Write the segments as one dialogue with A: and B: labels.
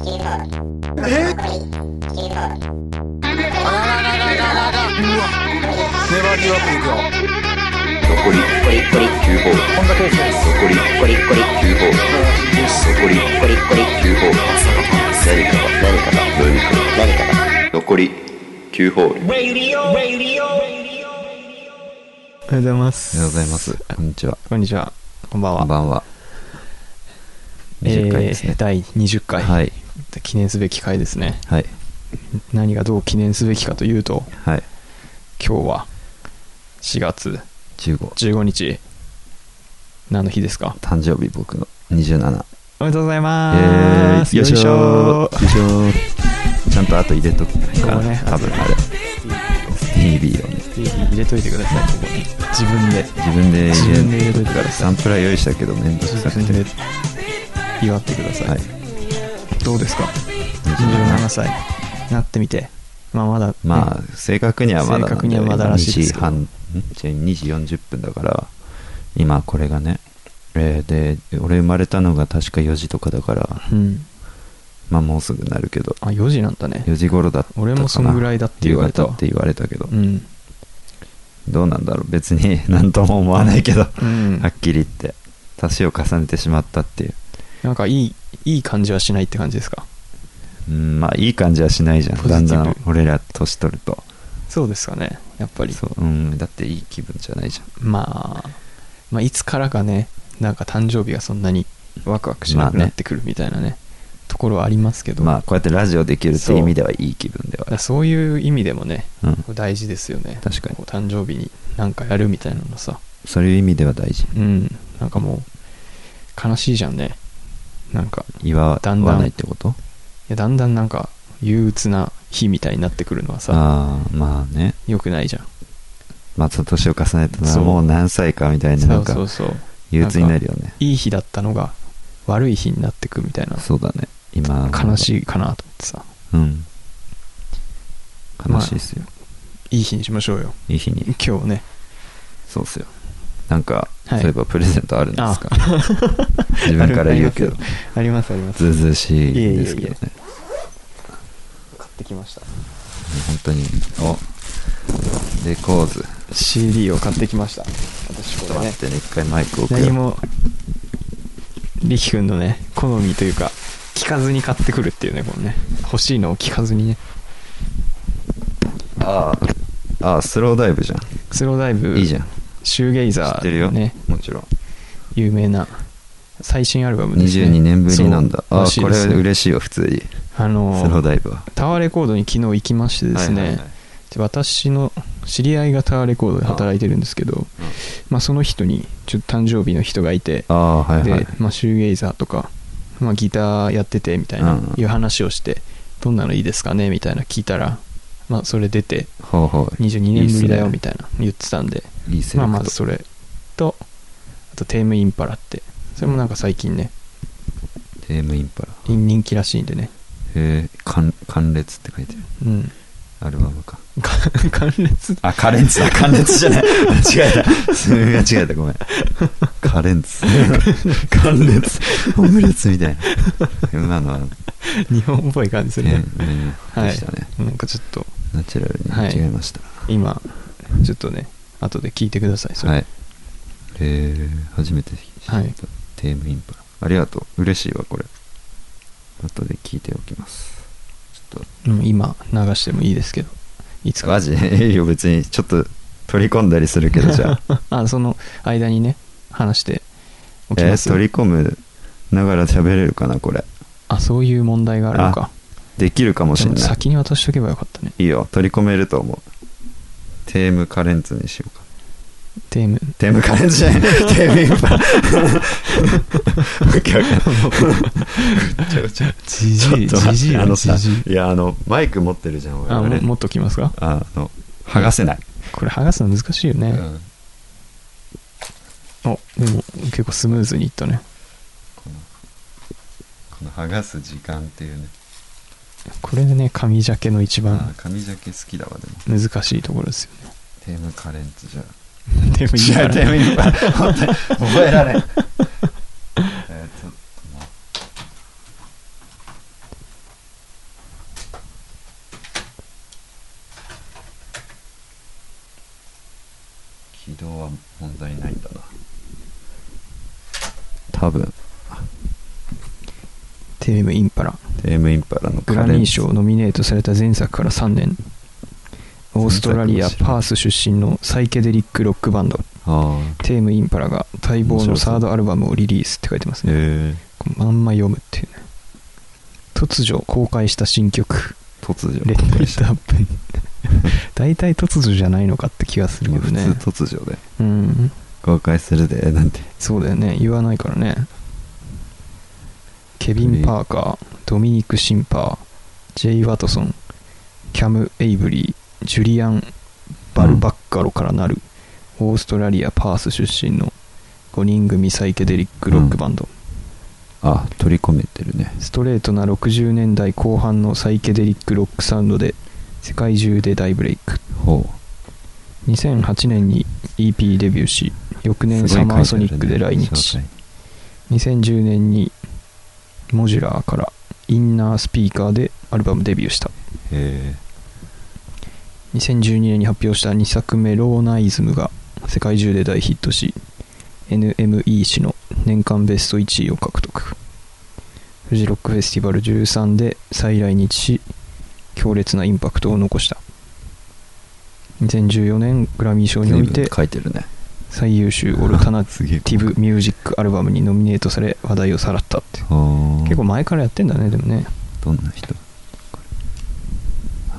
A: えあらららららららうわネバーギブアップいくよ
B: 残り残り残り9ホール
A: 本田圭佑です
B: 残り残り残り9ホール残り残り残り9ホール何かが何かが何かが何かが残り9ホール
C: おはようございます。
D: おはようございます。こんにちは。
C: こんにちは。こんばんは。
D: こんばんは。20回です
C: え
D: ね
C: ー。第20回、
D: はい。
C: 記念すべき回ですね。
D: はい。
C: 何がどう記念すべきかというと、
D: はい。
C: 今日は4月
D: 15。
C: 15日、何の日ですか
D: 誕生日僕の27。
C: おめでとうござい
D: え
C: ます。
D: よいしょ
C: ー
D: ー。よいしょー。ちゃんと後入れとくか
C: ここ
D: ら、
C: ね
D: 多分あれ。TV をね。
C: ぜひ入れといてください、ここに。自分で。
D: 自分で
C: 自分
D: 入
C: で入れといてくだ
D: れ、
C: さ
D: サ
C: い。
D: ンプラー用意したけどめんどくさ
C: 自
D: くて。
C: 分で祝ってください。
D: はい。
C: どうですか
D: 27
C: ?27 歳なってみて。まあまだ、ね、
D: まあ、正確にはまだなんだ
C: 正確にはまだらしいで
D: 2
C: す
D: 時
C: けど
D: 半、ん違う2時40分だから、今これがね、えーで、俺生まれたのが確か4時とかだから、
C: うん。
D: まあもうすぐなるけど、
C: あ、4時なんだね。
D: 4時頃だったかな
C: 俺もそんぐらいだって言われた
D: 夕方って言われたけど、
C: うん。
D: どうなんだろう別に 何とも思わないけど、
C: うん
D: は。っきり言って足しを重ねてしまったっていう、
C: なんかいい、いい感じはしないって感じですか
D: うん、まあいい感じはしないじゃん
C: ポジテ
D: だ
C: ィ
D: ん
C: ブ
D: だん俺ら年取ると
C: そうですかね。やっぱり。
D: そう、うん、だっていい気分じゃないじゃん
C: まあ、まあ、いつからかね、なんか誕生日がそんなにワクワクしなくなってくるみたいなね、ところはありますけど、
D: まあこうやってラジオできるって意味ではいい気分ではあ
C: だから
D: る
C: そういう意味でもね、
D: うん、
C: 大事ですよね。
D: 確かに
C: こう誕生日になんかやるみたいなのさ、
D: そういう意味では大事
C: うん、なんかもう、悲しいじゃんね。なんか、
D: 祝わ
C: だんだん
D: ないってこと
C: いやだんだんなんか、憂鬱な日みたいになってくるのはさ、
D: ああまあね
C: 良くないじゃん。
D: まあその年を重ねたら
C: そう
D: もう何歳かみたいな
C: そ
D: なん
C: うそ
D: か
C: うそう。
D: 憂鬱になるよね
C: いい日だったのが悪い日になってくみたいな
D: そうだね今
C: 悲しいかなと思ってさ
D: うん。悲しいっすよ。
C: いい日にしましょうよ
D: いい日に。
C: 今日ね
D: そうっすよ。なんか、
C: はい
D: そういえばプレゼントあるんですか 自分から言うけど、
C: ありますありま
D: ずうずうしい
C: いえいえいえ
D: ですけどね。
C: 買ってきました
D: 本当に。おレコーズ。
C: CD を買ってきました
D: ちょ
C: 私
D: っ
C: ことれ
D: 待
C: ね
D: ってね、一回マイク置くよ
C: 何も力くんのね好みというか聞かずに買ってくるっていうねこのね欲しいのを聞かずにね
D: ああ、ああ、スローダイブじゃん。
C: スローダイブ
D: いいじゃん。
C: シューゲイ
D: 知
C: ザ
D: ってる
C: ー
D: よ。
C: ね
D: もちろん。
C: 有名な最新アルバムですね
D: 22年ぶりなんだ。
C: そう
D: あ
C: ら
D: あ、
C: しい
D: こ
C: で
D: れ
C: す
D: 嬉しいよ、普通に。ス
C: あのー
D: ローダイブは。
C: タワーレコードに昨日行きましてですね、
D: はいはいはい
C: で私の知り合いがタワーレコードで働いてるんですけどまあ、その人にちょっと誕生日の人がいて
D: ああ、はいはい
C: で。、まあ、シューゲイザーとか、まあ、ギターやっててみたいな、
D: うん
C: いう話をしてどんなのいいですかねみたいな聞いたら、まあ、それ出て
D: ほうほう。
C: 22年ぶりだよ
D: いいっすね
C: みたいな言ってたんで
D: いいセレ
C: まあ
D: ク
C: まあ
D: ト。
C: それとあとテームインパラってそれもなんか最近ね
D: テームインパラ。
C: 人気らしいんでね
D: へえ、関関列って書いてる。
C: うん
D: アルバムか。
C: か 関列
D: あ、カレンツだ。関列じゃない。間違えた。す間 違えた。ごめん。カレン ツ。関列。オムレツみたいな。今 のは、
C: 日本っぽい感じする
D: ね
C: ね、
D: ね
C: はい
D: でしたね。
C: なんかちょっと
D: ナチュラルに違いました。
C: 今ちょっとね後で聞いてくださいそれ
D: はい。えー、初めて聞いた、
C: はい
D: テームインパラ。ありがとう。嬉しいわ、これ。後で聞いておきます。ちょっ
C: うん今流してもいいですけどいつ
D: と、
C: か
D: マジ ええよ、別に。ちょっと取り込んだりするけど、じ ゃあ。
C: あその間にね話しておき
D: え
C: ます、
D: ー、取り込むながら喋れるかなこれ
C: あそういう問題があるのか
D: できるかもし
C: で
D: れ
C: も
D: ない
C: 先に渡しとけばよかったね
D: いいよ取り込めると思うテームカレンツにしようか
C: テーム
D: テームカレンツじ ゃないテームインパ ラわけわかんない ごちゃごちゃ
C: じ
D: ちょ
C: じい
D: っと待
C: じ
D: って
C: じい
D: あのさ
C: じじい
D: いやあのマイク持ってるじゃん
C: あ
D: 俺
C: も
D: 俺
C: 持っときますか
D: あの剥がせない、
C: これ剥がすの難しいよね、
D: うん
C: おでも結構スムーズにいったね
D: このこの剥がす時間っていうね
C: これでね紙ジャケの一
D: あ
C: 番
D: ー紙ジャケ好きだわでも
C: 難しいところですよね
D: テームカレンツじゃ
C: テーム
D: 試
C: インパ
D: 合
C: ラ
D: タイムに覚えられん。えーちょっと待っ動は本当にないんだな多分
C: テームインパラ
D: テームインパラの
C: グラミー賞ノミネートされた前作から3年オーストラリアパース出身のサイケデリックロックバンド
D: あ
C: テームインパラが待望のサードアルバムをリリースって書いてます
D: あ
C: ね
D: へえ
C: まんま読むっていうね突如公開した新曲
D: 突如
C: 「レッド・イット・アップ」 大体突如じゃないのかって気がするけど
D: 普
C: ね
D: 通突如で
C: うん
D: 公開するでなんて
C: そうだよね言わないからねケビン・パーカードミニク・シンパージェイ・ワトソンキャム・エイブリージュリアン・バルバッカロからなる、オーストラリア・パース出身の5人組サイケデリックロックバンド、
D: あ取り込めてるね
C: ストレートな60年代後半のサイケデリックロックサウンドで世界中で大ブレイク
D: ほ
C: 2008年に EP デビューし翌
D: う
C: 年
D: すご
C: サ
D: い
C: マー
D: 書
C: ソ
D: い
C: ニ
D: てあ
C: ッ
D: る
C: ク
D: ね
C: で来日
D: 紹介
C: 2010年にモジュラーからインナースピーカーでアルバムデビューした
D: へ
C: 2012年に発表した2作目「ローナイズム」が世界中で大ヒットし NME 誌の年間ベスト1位を獲得フジロックフェスティバル13で再来日し強烈なインパクトを残した2014年グラミー賞
D: え
C: にお
D: 随
C: い
D: 分
C: て
D: 書いてるね
C: 最優秀オルタナテ
D: すげえ
C: ィブミュージックアルバムにノミネートされ話題をさらったって
D: 結
C: 結構前からやってんだねでもね
D: どんな人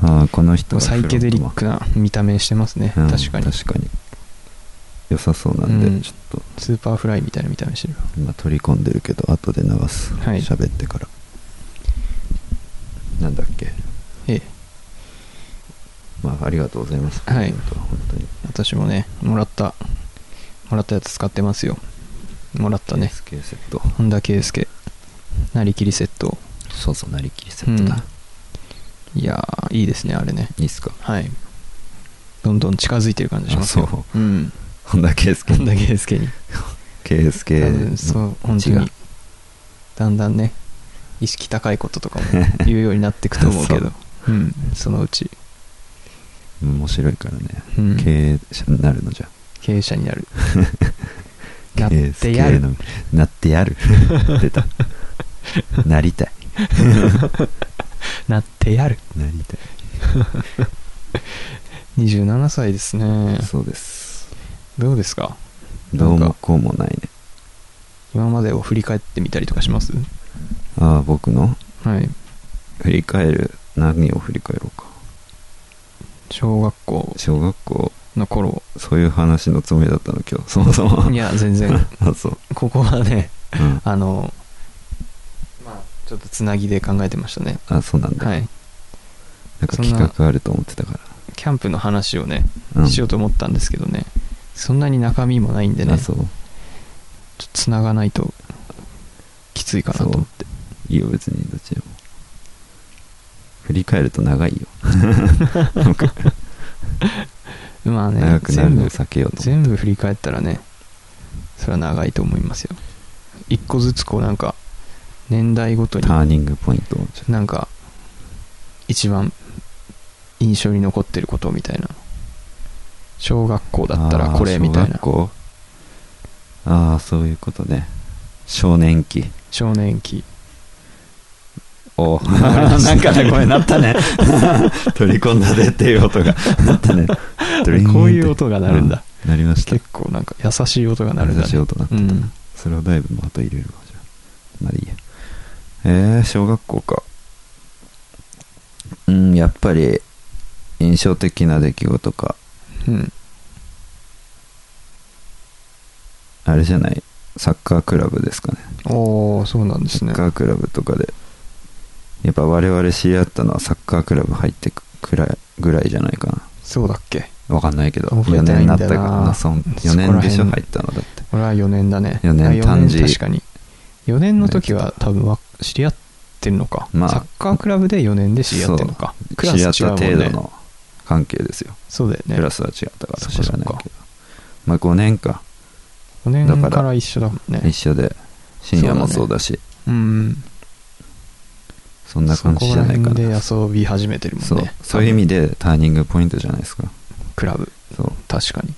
D: ああこの人が
C: サイケデリックな見た目してますね、
D: フロントマンうん
C: 確かに
D: 確かに良さそうなんで、
C: うん
D: ちょっと
C: スーパーフライみたいな見た目してるわ
D: 今取り込んでるけど後で流す
C: はい
D: 喋ってからなんだっけ
C: ええ
D: まあありがとうございます
C: はい
D: 本当に
C: 私もねもらったもらったやつ使ってますよもらったね
D: スケセット
C: 本田圭佑なりきりセット
D: そうそうなりきりセットだ、
C: いやーいいですねあれね
D: いいっすか
C: はいどんどん近づいてる感じしますよ、
D: あそう
C: ん、
D: 本田圭
C: 本田
D: 佑
C: 圭佑に、
D: 圭佑
C: うんそう本当
D: 違う
C: にだんだんね意識高いこととかも言うようになっていくと思うけど、
D: そう
C: ん、そのうち、
D: 面白いからね、
C: うん、
D: 経営者になるのじゃ
C: 経営者になるな
D: な
C: っ
D: 経営
C: てやる
D: のなってや る出たなりたい
C: なってやる
D: なりたい
C: 27歳ですね
D: そうです
C: どうですか
D: どうもこうもないね
C: 今までを振り返ってみたりとかします
D: ああ僕の
C: はい
D: 振り返る何を振り返ろうか
C: 小学校
D: 小学校
C: の頃
D: そういう話のつもりだったの今日そもそも
C: いや全然
D: あそう、
C: ここはね
D: うん、
C: あのまあちょっとつなぎで考えてましたね
D: あそうなんだ、
C: はい
D: なんか
C: そんな
D: 企画あると思ってたか
C: キャンプの話をね
D: ら、うん、
C: しようと思ったんですけどね、そんなに中身もないんでね
D: あ
C: ち
D: そ
C: ょっ
D: う
C: とつながないときついかなと思って
D: いいよ別にどっちでも振り返ると長いよ
C: まあね
D: 長くなる
C: 全
D: のを
C: 部
D: 避けようと思
C: 全部振り返ったらねそれは長いと思いますよ一個ずつこうなんか年代ごと
D: う
C: に
D: ターニングポイントをちょっ
C: なんか一番印象に残ってることみたいな小学校
D: と
C: だったらこれみたい
D: あー小
C: な
D: 学校ああそういうことね少年期
C: 少年期
D: お
C: れ です
D: なんかね、ごめん、なったね。 取り込んだでっていう音が、なったね。ドリーンって
C: こういう音が鳴るんだ、
D: なりました。
C: 結構なんか優しい音が鳴るんだ
D: 優しい
C: ね
D: 音なった
C: う。ん
D: それをだいぶまた入れるわ、じゃあ。まあいいや。えー、小学校か。うん、やっぱり、印象的な出来事か。
C: うん
D: あれじゃない、サッカークラブですかね。
C: おおそうなんで
D: サ
C: すね
D: ッカークラブとかで。やっぱ我々知り合ったのはサッカークラブ入ってくくらいぐらいじゃないかな。
C: そうだっけ
D: わかんないけど
C: 覚え
D: 4
C: てな
D: 年
C: い
D: に
C: ん
D: な
C: だよな
D: ったからなそん4年でし
C: そこら
D: ょ
C: 辺
D: 入ったのだって
C: 俺は4年だね
D: 四年
C: あ
D: 短時
C: 確かに4年の時は多分わ知り合ってんのか、
D: まあ
C: サッカークラブで4年で知り合ってんのかクラ
D: 知り合っ
C: ス違う
D: た
C: もん
D: 程度
C: ね
D: の関係ですよ、
C: そうだよね
D: クラスは違ったから知
C: そ
D: ら
C: っかそっか
D: ないけどまあ5年か
C: 5年
D: だから
C: から一緒だもんね
D: 一緒で深夜もそうだし
C: うん
D: そ,、んな感じじゃないか
C: そこら
D: な
C: 辺で遊び始めてるもんね
D: そうそういう意味でターニングポイントじゃないですか
C: クラブ
D: そう
C: 確かに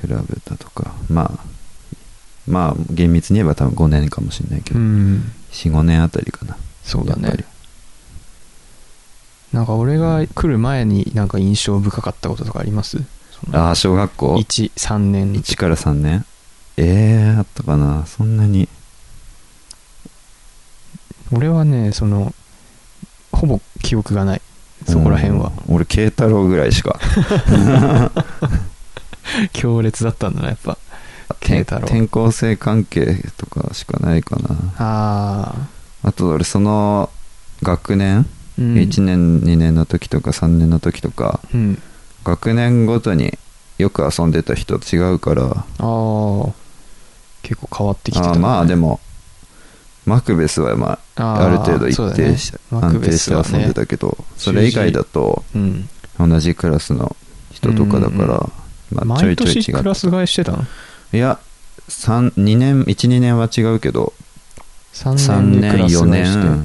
D: 比べたとかまあまあ厳密に言えば多分5年かもしれないけ
C: う
D: ど、
C: ん
D: 45年あたりかな
C: そうだ
D: やっぱ
C: ね
D: り
C: なんか俺が来る前になんか印象深かったこととかあります
D: ああ小学校
C: 13年の時
D: 1から3年ええあったかなそんなに
C: 俺はねそのほぼ記憶がないそこら辺は、
D: うん俺慶太郎ぐらいしか
C: 強烈だったんだなやっぱ 慶太郎
D: 転校生関係とかしかないかな
C: ああ、
D: あと俺その学年、
C: うん、
D: 1年2年の時とか3年の時とか
C: うん
D: 学年ごとによく遊んでた人と違うから
C: ああ結構変わってきてた
D: あ
C: ね、
D: ーまあでもマクベスはまあ
C: あー
D: ある程度一
C: そうだ
D: 定
C: ね
D: し、
C: マク
D: 安
C: ベ
D: 定
C: スはね
D: して遊んでたけどそれ以外だと
C: うん
D: 同じクラスの人とかだから、まあ、ちょ
C: 毎
D: いちょい違
C: 年クラ
D: う
C: ス替えしてたの
D: いや三二年12年は違うけど
C: 3
D: 3
C: 年で
D: 年
C: クラス
D: 4
C: 替えして
D: 年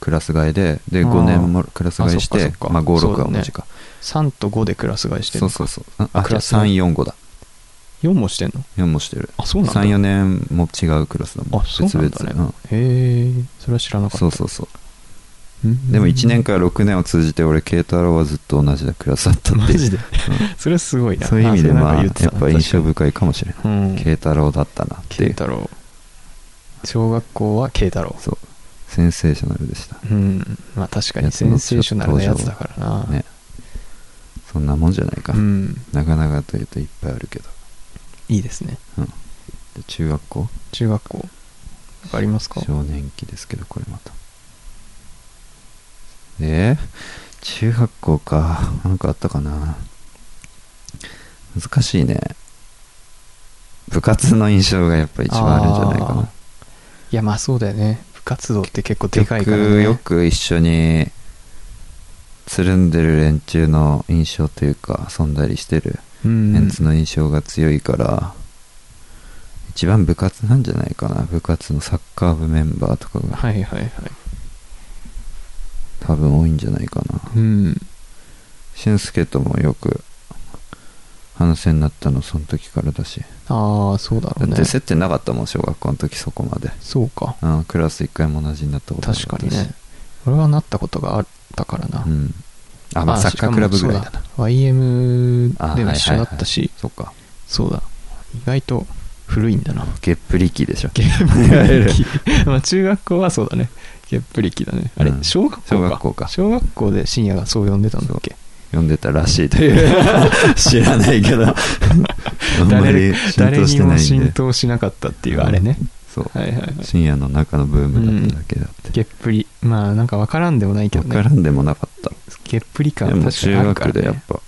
D: クラス替えでで
C: あー
D: 5年もクラス替えし
C: あそ
D: て
C: っかそっか
D: まあ、
C: そう
D: 56
C: だ
D: は
C: ね
D: 同じか
C: 3と5でクラス替えしてん
D: そう,、
C: の
D: そうそうあ
C: クラス
D: 345だ
C: 4もしてんの
D: 4もしてる
C: あそうなんだ
D: 34年も違うクラスだもん
C: あそうなんだね
D: 別々、
C: へえそれは知らな
D: うん、
C: かった
D: そうそうそう
C: うん
D: でも1年から6年を通じて俺慶太郎はずっと同じクラスだったっていう
C: マジで、
D: ん
C: それはすごいな
D: そういう意味でまあ
C: あ
D: やっぱ印象深いかもしれない
C: 深
D: 慶太郎だったなって
C: 慶
D: いう
C: 太郎小学校は慶太郎
D: そうセンセーショナルでした
C: うんまあ確かにセンセーショナルなやつだからな、
D: ねそんなもんじゃないか、
C: うん
D: なかなかというといっぱいあるけど
C: いいですね
D: で中学校
C: 中学校なんかありますか
D: 少年期ですけどこれまたえー中学校かなんかあったかな難しいね部活の印象がやっぱ一番あるんじゃないか
C: あー
D: ない
C: やまあそうだよね部活動って結構で
D: 結
C: か
D: 局
C: いからね
D: よく一緒につるんでる連中の印象というか遊んだりしてる
C: うん
D: メンツの印象が強いから、一番部活なんじゃないかな部活のサッカー部メンバーとかが
C: はいはいはい
D: 多分多いんじゃないかな
C: うん
D: 俊介ともよく話せになったのその時からだし
C: ああそうだろ
D: だ
C: う
D: っ
C: ね
D: て接点なかったもん小学校の時そこまで、
C: そうか
D: うん、クラス一回も同じになったことな
C: 確
D: か
C: か
D: った
C: に
D: し
C: ね俺はなったことがあったからな、
D: うんあまあ
C: あ
D: サッカークラブぐらいだ
C: し
D: な
C: かもそうだ YM
D: あ
C: でも
D: はい
C: 一緒だったし、
D: そっか
C: そうだ意外と古いんだな
D: ゲップ力でしょ
C: ゲーム歴 まあ中学校はそうだねゲップ力だねあれ、
D: うん
C: 小学校か
D: 小学校か
C: 小学校で深夜がそう呼んでたんだっけ
D: 読んでたらしいという 知らないけどあんま
C: 誰
D: り浸
C: 誰
D: 透し
C: に
D: てな
C: も
D: いん
C: 浸
D: で
C: 透しなかったっていうあれね、
D: そう
C: はいはいはい
D: 深夜の中のブームだっただけだって、
C: ゲップリまあなんか分からんでもないけど
D: 分か
C: ね
D: らんでもなかった
C: ゲップリ感
D: で
C: は
D: も
C: 確かに
D: 中
C: あるから、
D: 学
C: ね、
D: でやっぱ、や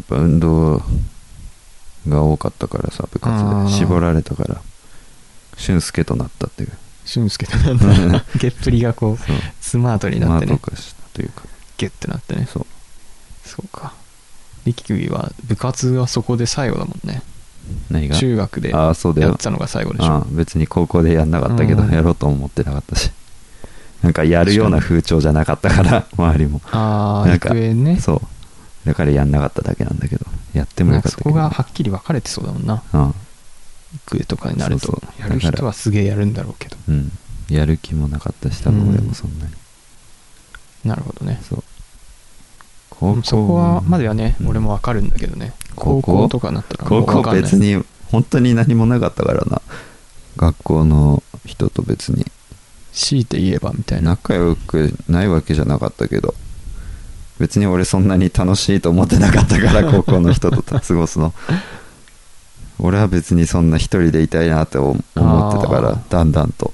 D: っぱ運動が多かったからさ部
C: あー
D: 活で絞られたから俊介となったって いう
C: 俊介となんだゲップリがこう
D: そう
C: スマートにな
D: ま
C: っ
D: あ
C: て
D: と
C: ね
D: かしたというか
C: ギュッてなってね
D: そう
C: そうか力キは部活はそこで最後だもんね
D: 何が
C: 中学で
D: あ
C: や
D: あそうだ
C: っ
D: よ
C: てたのが最後でし
D: あ
C: ょ
D: あ別に高校でやんなかったけど、
C: うん
D: やろうとも思ってなかったしなんかやるような風潮じゃなかったから周りも
C: ああ
D: なんか
C: 育英ね
D: そうだからやんなかっただけなんだけどやっても
C: な
D: よ
C: ん
D: か
C: か
D: った
C: そ
D: けど
C: こがはっきり分かれてそうだもんな
D: うん
C: 育英とかになる
D: そう
C: と
D: そう
C: やる人はすげえやるんだろうけど
D: うん、やる気もなかったし多分俺もそんなに、
C: なるほどね
D: そう高校
C: そこはまではね
D: うん
C: 俺も分かるんだけどね
D: 高
C: 高
D: 校
C: 校とかなったらもう
D: 高校
C: 分かんない
D: 別に本当に何もなかったからな学校の人と別に
C: 強いて言えばみたいな
D: 仲良くないわけじゃなかったけど別に俺そんなに楽しいと思ってなかった から高校の人と過ごすの俺は別にそんな一人でいたいなって思ってたか
C: あ
D: らだんだんと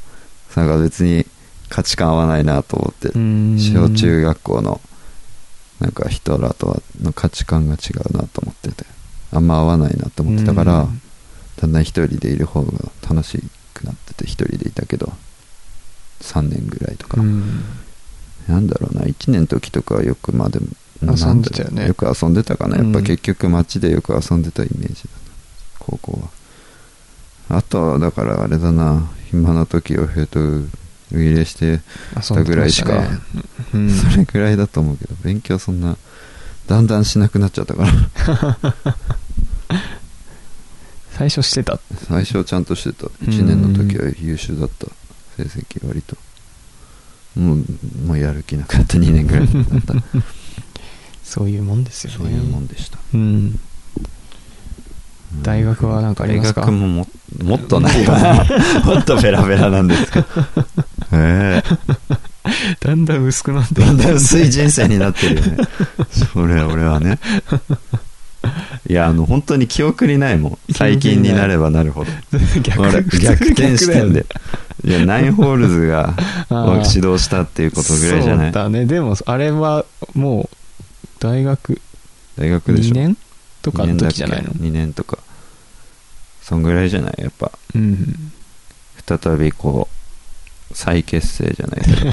D: なんか別に価値観合わないなと思って
C: うーん
D: 小中学校のなんか人らとはの価値観が違うなと思っててあんま合わないなと思ってたか
C: う
D: ら
C: ん
D: だんだん一人でいる方が楽しくなってて一人でいたけど3年ぐらいとか、
C: うん
D: なんだろうな1年の時とかはよくまあでもな
C: 遊んでたよね
D: なんだろうよく遊んでたかなやっぱ
C: うん
D: 結局街でよく遊んでたイメージだな高校はあとはだからあれだな暇な時をヘイトウ入れして
C: 遊んで
D: ぐら
C: ま
D: い
C: し
D: したか
C: ねう ん
D: それぐ らいだと思うけど勉強そんなだんだんしなくなっちゃったから
C: 最初してた
D: 最初はちゃんとしてた1年の時は優秀だった成績割ともうもうやる気なかった2年ぐらいだった
C: そういうもんですよね
D: そういうもんでした
C: うん大学はなんかありますか
D: 大学もももっとないかな もっとベラベラなんですけど ええ
C: だんだん薄くなって
D: だんだん薄い人生になってるよねそれ俺は ねいやあの本当に記憶にないもん最近になればなるほど俺
C: 逆
D: 逆転してん
C: で
D: でいやナインホールズが
C: あー
D: 指導したっていうことぐらいじゃな
C: そ
D: いう
C: だねでもあれはもう大学
D: 大学でし
C: 2
D: ょ
C: 年とかの
D: 二年だっ
C: 時
D: け
C: じゃないの
D: 2年とかそんぐらいじゃないやっぱ
C: うん
D: 再びこう再結成じゃないけど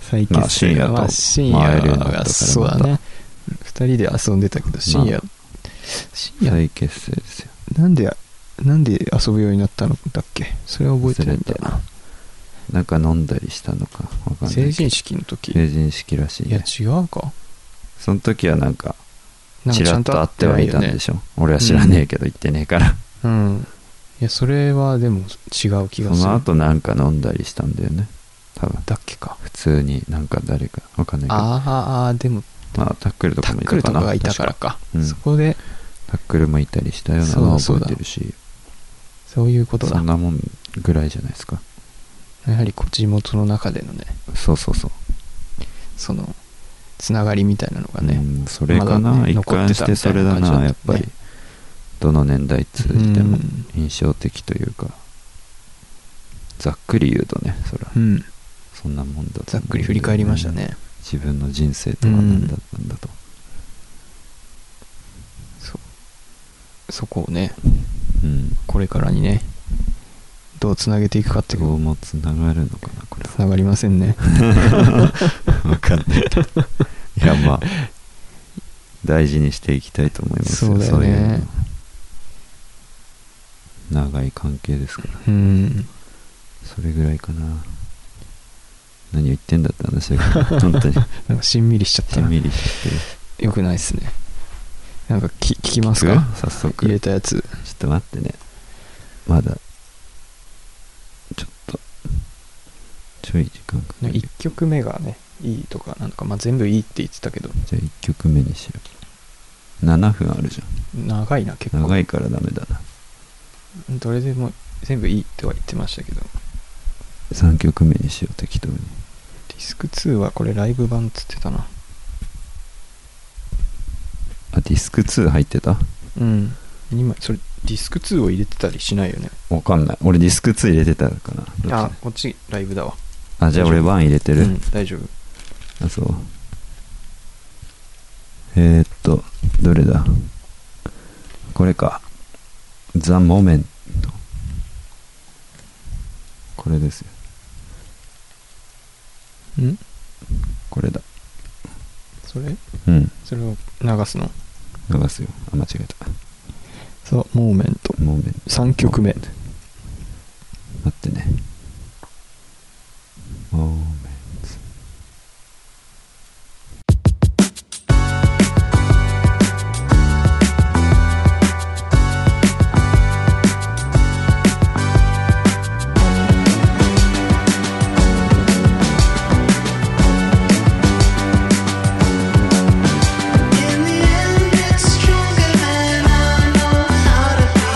C: 最近
D: まあ深夜と
C: まあ深
D: 回れるよう
C: 夜
D: になったから
C: がそうだね2人で遊んでたけど深夜、 深夜
D: 再結成ですよ
C: なんでなんで遊ぶようになったのだっけそれは覚えてないんだよ
D: 忘れなんか飲んだりしたのかわかん
C: な
D: ないけど
C: 成人式の時
D: 成人式らしい
C: いや
D: ね
C: 違うか
D: その時はなんか
C: なん
D: ち
C: かち
D: ら
C: ゃ
D: っ
C: ん
D: と
C: と
D: 会
C: 会
D: っ
C: ってて
D: は
C: はいい
D: た
C: た
D: ん
C: ん
D: で
C: で
D: しょ、俺は知らねえけど行ってねえから、
C: うんいやそれはでも違う気がす
D: その
C: る
D: 後なんか飲んだりしたんだよね多分
C: だっけか
D: 普通になんか誰かわかんないけど
C: ああーでも
D: まあ、タックルと
C: タ
D: かも
C: ッ
D: い
C: ク
D: た
C: ル
D: か
C: と
D: な
C: かがいたから
D: 確
C: か
D: うん
C: そこで
D: タックルもいたりしたような
C: そう
D: の
C: だ
D: を
C: そう
D: 覚
C: だ
D: えてるし
C: そういうこと
D: そ
C: だ
D: んなもんぐらいじゃないですか
C: やはりこう地元の中でのね
D: そうそうそう
C: そのつながりみたいなのがね、
D: うん、それかな、
C: まだね
D: 一貫してそれだな
C: 残ってたみたいな感じだったね
D: やっぱりどの年代通じて
C: う
D: も
C: ん
D: 印象的というか、ざっくり言うとねそれは
C: うん、
D: そんなもんだと思うんだよね
C: ざっくり振り返りましたね、
D: 自分の人生とは何だったんだと、
C: そうそこをね
D: うん
C: これからにねどうつなげていくかって
D: どうもつながるのかなこれ
C: つながりませんね
D: は わかんないけどいやまあ大事にしていきたいと思いますよ
C: そうだよね
D: いうの長い関係ですから
C: うん
D: それぐらいかな何を言ってんだって話だけど 本当に
C: なんかしんみりしちゃった
D: しん
C: な
D: みりしてる
C: よくないっすねなんかき聞きます
D: 聞
C: か
D: く早速
C: 入れ
D: ちょ
C: たやつ
D: っと待ってねまだちょっとちょい時間かかる
C: 1曲目がねいいとかなんか、まあ、全部いいって言ってたけど
D: じゃあ1曲目にしよう7分あるじ
C: 長いな結
D: ゃん
C: 構
D: 長いからダメだな
C: どれでも全部いいとは言ってましたけど
D: 3曲目にしよう適当に
C: ディスク2はこれライブ版っつってたな
D: あディスク2入ってた
C: うん今それディスク2を入れてたりしないよね
D: わかんない俺ディスク2入れてたかなどっち
C: あこっちライブだわ
D: あじゃあ俺1入れてる、
C: うん大丈夫
D: あそうえー、っとどれだこれかザ・モメントこれですよ
C: ん
D: これだ
C: それ
D: うん
C: それを流すの
D: 流すよあ間違えた
C: そうモーメント
D: モメント
C: 3曲目
D: 待ってねモメント
E: In the end, it's stronger than I know how to be.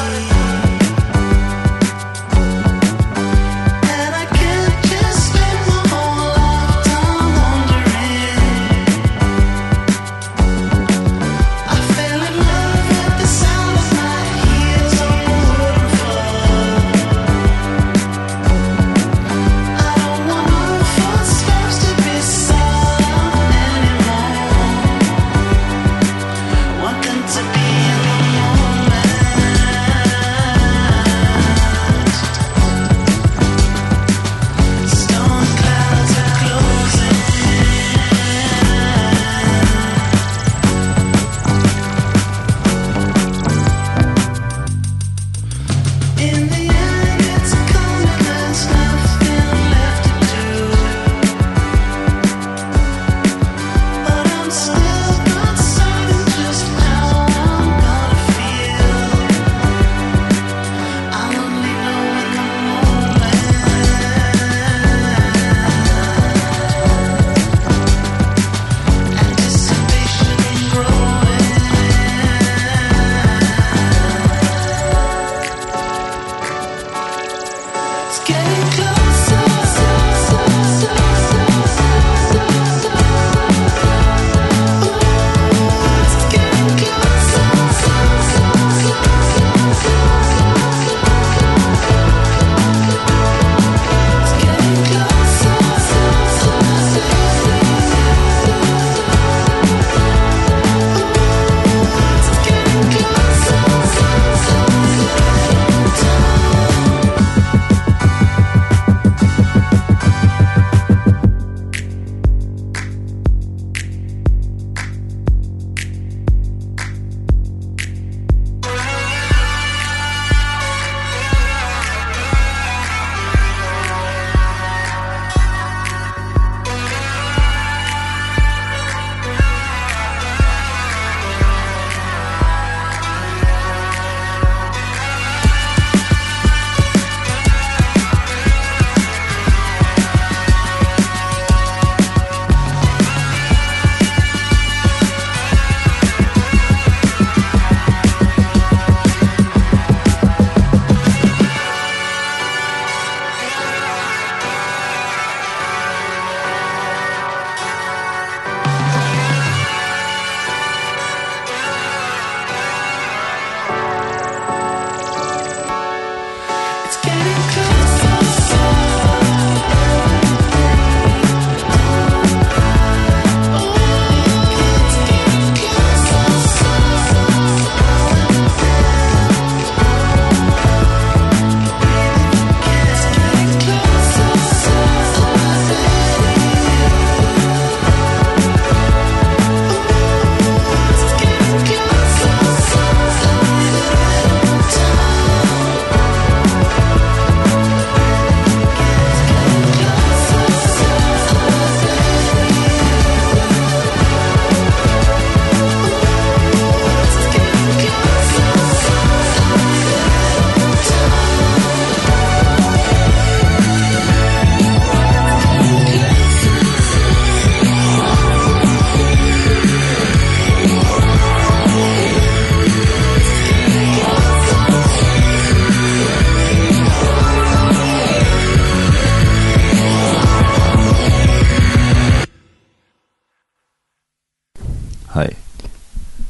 D: はい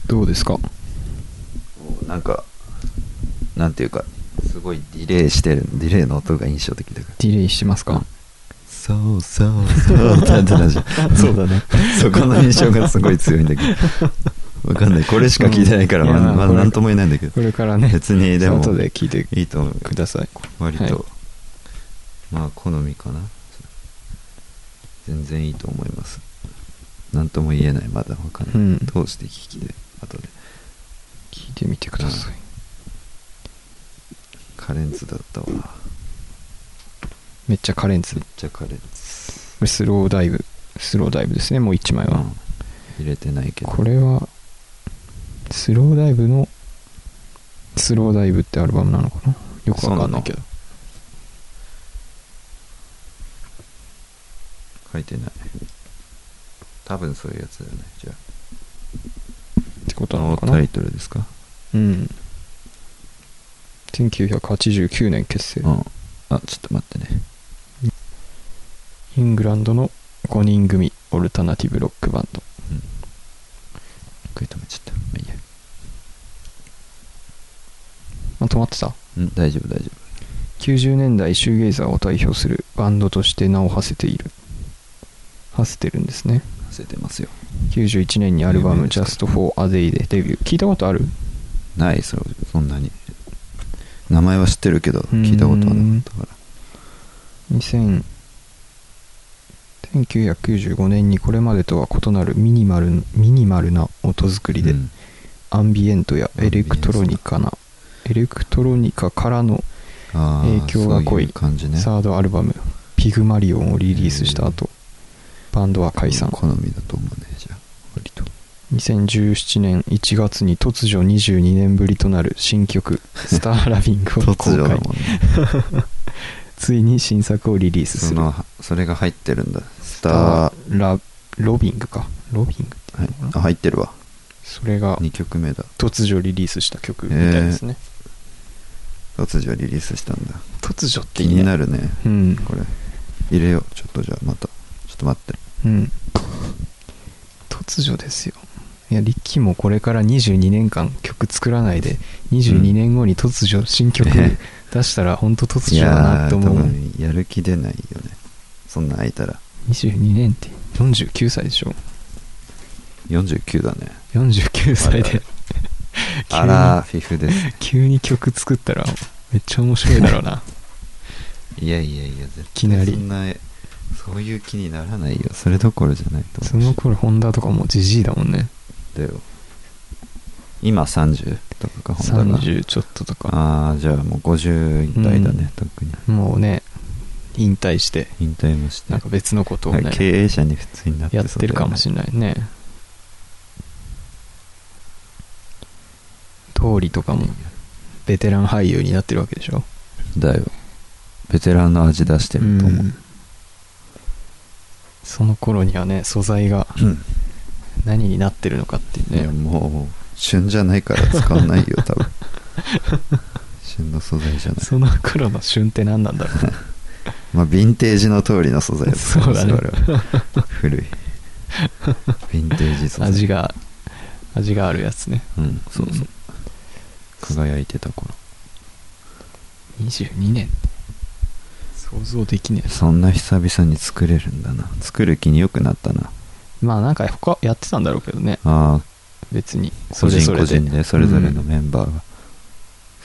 C: どうですか
D: なんかなんていうかすごいディレイしてるディレイの音が印象的だから
C: ディレイしてますか
D: そうそうそうってなってたじゃん
C: そうだね
D: そこの印象がすごい強いんだけどわかんないこれしか聞いてないから、
C: うん
D: まあ
C: いや
D: まあ
C: これ
D: なんとも言えないんだけど
C: これからね
D: 別にでも
C: 後 で聞いて
D: いいと思う
C: ください
D: 割と、
C: はい
D: まあ好みかな全然いいと思いますなんとも言えないまだわかんない、
C: うん
D: 通して聞きで後で
C: 聞いてみてください
D: カレンツだったわめっ
C: めっちゃカレンツこ
D: ちゃカレンツ
C: れスローダイブスローダイブですねもう1枚は、
D: うん入れてないけど
C: これはスローダイブのスローダイブってアルバムなのかなよくわかんないけど
D: 書いてない多分そういうやつだよねじゃあ
C: ってことな
D: ノ
C: のか
D: ータ
C: な
D: イトルですか
C: うん1989年結成、
D: うんあちょっと待ってね
C: イングランドの5人組オルタナティブロックバンド
D: 食い止めちゃったまあいいや
C: あ止まってた
D: うん大丈夫大丈
C: 90年代シューゲイザーを代表するバンドとして名を馳せている馳せてるんですね
D: 夫忘れてますよ
C: 91年にアルバム
D: 有
C: 「
D: 名です
C: Just for a Day」でデビュー聞いたことある
D: ないそそんなに名前は知ってるけど
C: ん
D: 聞いたことはなかったから
C: 2000 1995年にこれまでとは異なるミニマルミニマルな音作りで、
D: うん
C: アンビエントや
D: アンビエ
C: エ
D: ンス
C: レクトロニカなエレクトロニカからの
D: あー
C: 影響が濃い
D: そうう感じね
C: サードアルバム「ピグマリオン」をリリースした後バンドは解散
D: 好みだと思うねじゃあ割と
C: 2017年1月に突如22年ぶりとなる 新曲「スターラビング」
D: 突
C: を公
D: 如だ
C: 開
D: もんね
C: ついに新作をリリースす
D: そ
C: る
D: のそれが入ってるんだスター、は
C: ラロビングかロビングって
D: い
C: いうのかな、
D: あ入ってるわ
C: それが
D: 2曲目だ
C: 突如リリースした曲みたいですね、
D: 突如リリースしたんだ
C: 突如ってい
D: 気
C: いね
D: になるね
C: うん
D: これ入れようちょっとじゃあまたちょっと待って
C: うん突如ですよいやリッキーもこれから22年間曲作らないで22年後に突如新曲
D: ね
C: 出したら本当突
D: い
C: 如だな
D: やー
C: と
D: 多
C: 思う、
D: 分やる気出ないよねそんなん空いたら
C: 22年って49歳でしょ
D: 49だね
C: 49歳で急に
D: あらフィフです
C: 急に曲作ったらめっちゃ面白いだろう な
D: いやいやいや絶対
C: きなり
D: そんなそういう気にならないよそれどころじゃないと
C: そ
D: 思
C: の
D: う
C: 頃ホンダとかもうジジイだもんね
D: だよ今30とかか本当
C: 30ちょっととか
D: ああーじゃあもう50代だね、特に
C: もうね引退して
D: 引退もして
C: なんか別のことをね
D: はい経営者に普通になって
C: やってるかもしれないね通りとかもベテラン俳優になってるわけでしょ
D: れないだよベテランの味出してると思う、
C: その頃にはね素材が
D: うん
C: 何になってるのかってい
D: いうや
C: ね
D: もう旬じゃないから使わないよ多 分旬の素材じゃない
C: その頃の旬って何なんだろ うね
D: まあヴィンテージの通りの素材を使
C: そうだね
D: 我々は古いヴィンテージ素材
C: 味が味があるやつね
D: うんそうそう、輝いてた頃
C: 22年想像できね
D: そんな久々に作れるんだな作る気によくなったな
C: えまあなんか他やってたんだろうけどね
D: ああ
C: 別に
D: 個
C: それ
D: 人
C: ぞれ
D: 個人
C: で
D: でそれぞれのメンバーが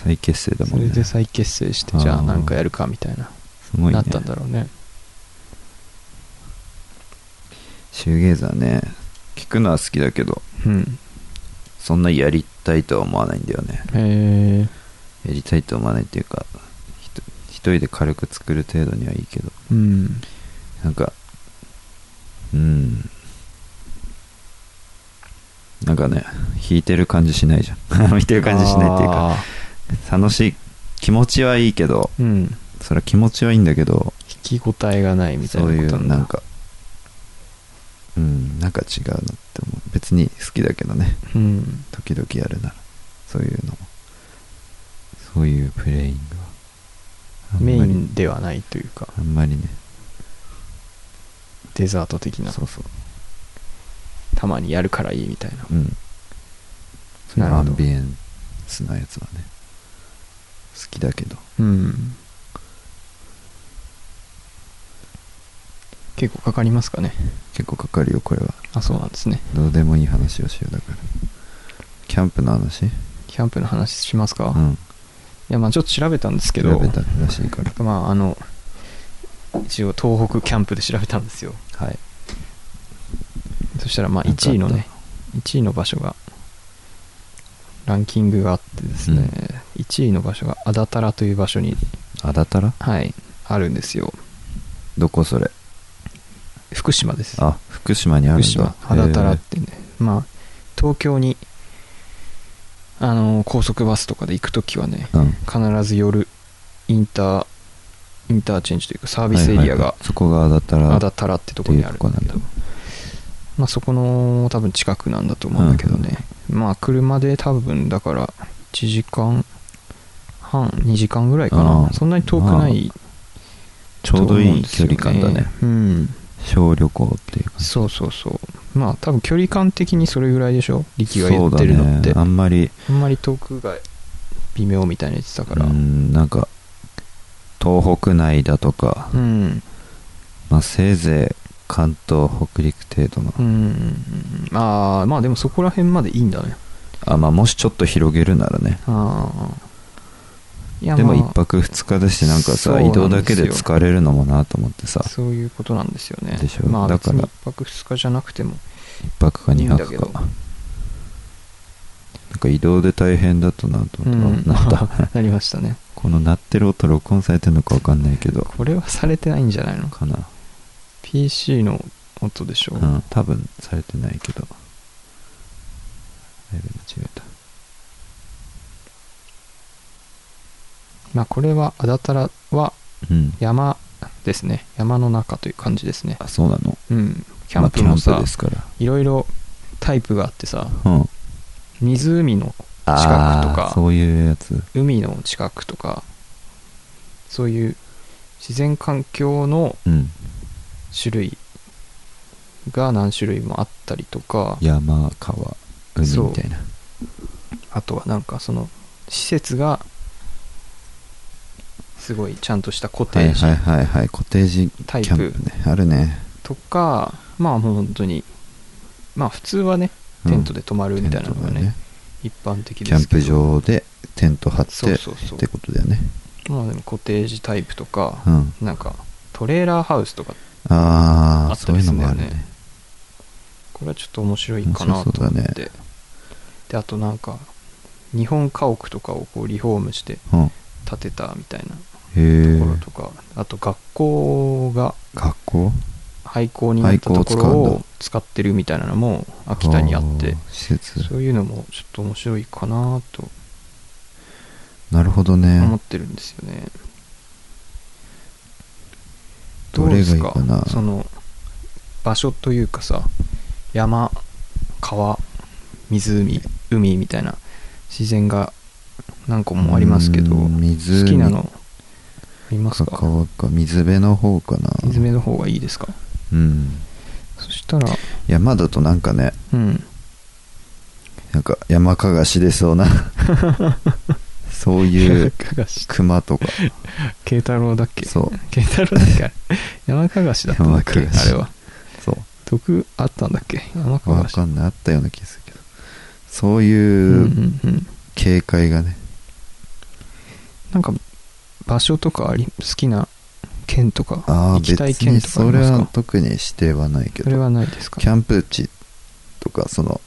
D: 再結成だ
C: そ
D: もん
C: れ
D: ね
C: です再結成して
D: あー
C: じゃあなんかやるかみたいな
D: ごい
C: な
D: ね
C: ったんだろうね
D: シューゲーザーね聞くのは好きだけど
C: うん
D: そんなやりたいとは思わないんだよね
C: え
D: やりたいと思わないっていうかひと一人で軽く作る程度にはいいけど
C: ー、うん
D: なんかうんなんかね弾いてる感じしないじゃん 弾いてる感じしないっていうか
C: あ
D: 楽しい気持ちはいいけど
C: ーうん
D: それは気持ちはいいんだけど
C: 引き応えがないみたい
D: そ
C: な
D: うい
C: こと
D: うなんかうんなんか違うなって思う別に好きだけどね
C: うん
D: 時々やるならそういうのもそういうプレイングはあんま
C: メ
D: り
C: インではないというか
D: あんまりね
C: デザート的な
D: そうそう
C: たまにやるからいいみたいな
D: うんそれ
C: なる
D: ア
C: ほど
D: ンビエンスなやつだね好きだけど
C: うん結構かかりますかね
D: 結構かかるよこれは
C: あそうなんですね
D: どうでもいい話をしようだからキャンプの話
C: キャンプの話しますか、
D: う
C: い
D: ん
C: やまあちょっと調べたんですけど
D: 調べたらしいから
C: まああの一応東北キャンプで調べたんですよ
D: はい
C: そしたらまあ1位の
D: なん
C: ね
D: か
C: 1位の場所がランキングがあってですね、1位の場所が安達太良という場所に
D: あだたら
C: はいあるんですよ
D: どこそれ
C: 福島です
D: あ福島にあるん
C: 福
D: だ
C: 島
D: へー
C: 安達太良ってねまあ東京にあの高速バスとかで行く時はね
D: うん
C: 必ず夜インターインターチェンジというかサービスエリア
D: はいは
C: が
D: いそこがあだたら
C: 安達太良ってとこにあるんだ
D: って
C: け
D: いうとこ
C: ど
D: なんだ
C: まあそこの多分近くなんだと思うんだけどね、まあ車で多分だから1時間半2時間ぐらいか
D: あ
C: な
D: あ
C: そんなに遠くない
D: ちょうどいい距離感だね
C: と思うんですよ
D: 小
C: ね
D: 旅行っていうか
C: うんそうそうそうまあ多分距離感的にそれぐらいでしょ力が言ってるのって、
D: そうだねあんまり
C: あんまり遠くが微妙みたいな言ってたから
D: う
C: うん、
D: んなんか東北内だとか、
C: うん
D: まあ、せいぜい関東北陸程度の、
C: ああまあでもそこら辺までいいんだね
D: あまあもしちょっと広げるならね
C: ああいや
D: でも
C: まあ
D: 1泊2日だしなんか
C: そう
D: さ
C: なんです
D: 移
C: よ
D: 動だけで疲れるのもなと思ってさ
C: そういうことなんですよね。
D: でしょ
C: まあ
D: だ
C: 別
D: から
C: に1泊2日じゃなくても。
D: 1泊か2
C: いいんだけ
D: 泊
C: ど
D: かなんか移動で大変だったなと思って、なった
C: なりましたね。
D: この鳴ってる音録音されてるのか分かんないけど
C: これはされてないんじゃないの
D: かな
C: ?PC の音でしょう。
D: うん多分されてないけどだいぶ間違えた
C: まあこれは、あだたらは
D: うん
C: 山ですね。山の中という感じですね。
D: あそうなの
C: うん。キャ
D: まあ
C: ンプ
D: キャ
C: も
D: ン
C: さ
D: で、すから
C: いろいろタイプがあってさ、
D: うん
C: 湖の
D: あ
C: 近くとか
D: ーそういうやつ
C: 海の近くとか、そういう自然環境の
D: うん
C: 種類が何種類もあったりとか、
D: 山川海みたいな
C: あとはなんかその施設がすごいちゃんとしたコテ
D: はい
C: ージ
D: はいはいはいコテージキ
C: タイ
D: ャ
C: プ
D: ンプねあるね
C: とか、まあもう本当にまあ普通はね
D: うん
C: テントで泊まるみたいなのが
D: テント
C: ね,、
D: だね
C: 一般的
D: キ
C: で
D: ャン
C: すけ
D: プ
C: ど
D: 場でテント張って
C: そうそうそう
D: ってことだよね
C: まあでもコテージタイプとか
D: う、ん
C: なんかトレーラーハウスとか
D: あ
C: あ
D: あ
C: った
D: そうい
C: り
D: う
C: す
D: の
C: るん
D: もあ
C: だよ
D: る
C: ね
D: ね
C: これはちょっと面白いかなと思っ
D: 面白そうだ
C: て、であとなんか日本家屋とかをこうリフォームして
D: うん
C: 建てたみたいな
D: へ
C: ところ
D: え
C: とか、あと学校が
D: 学校
C: 廃校になったところを使ってるみたいなのも秋田にあって
D: ー施設
C: そういうのもちょっと面白いかなと
D: なるほど
C: 思っ
D: ね
C: てるんですよね。ど
D: ど
C: う
D: れがい
C: です
D: い
C: か
D: かな
C: その場所というかさ山川湖海みたいな自然が何個もありますけど
D: う
C: 好
D: ん湖
C: きなのあります
D: か
C: か
D: 川か水辺の方かな
C: 水辺の方がいいですか
D: うん
C: そしたら
D: 山だとなんかね
C: うん
D: なんか山かがし出そうな そう いう
C: かがし
D: 熊 とか
C: 慶太郎だっけ
D: そう
C: 慶太郎だっけあれ 山かがしだったんだっけ
D: 山かがし
C: あれは
D: そう
C: 毒あったんだっけ山か
D: わ
C: がし
D: かんないあったような気がするけどそう
C: うんう
D: いうん
C: うん
D: 警戒がね、
C: なんか場所とかあり好きな県とか
D: ああ
C: 行き
D: 別
C: たい
D: に
C: 県とかあ
D: そ
C: り
D: れ
C: ます
D: は
C: か
D: 特に指定はないけ
C: それ
D: ど
C: はないですか
D: キャンプ地とかその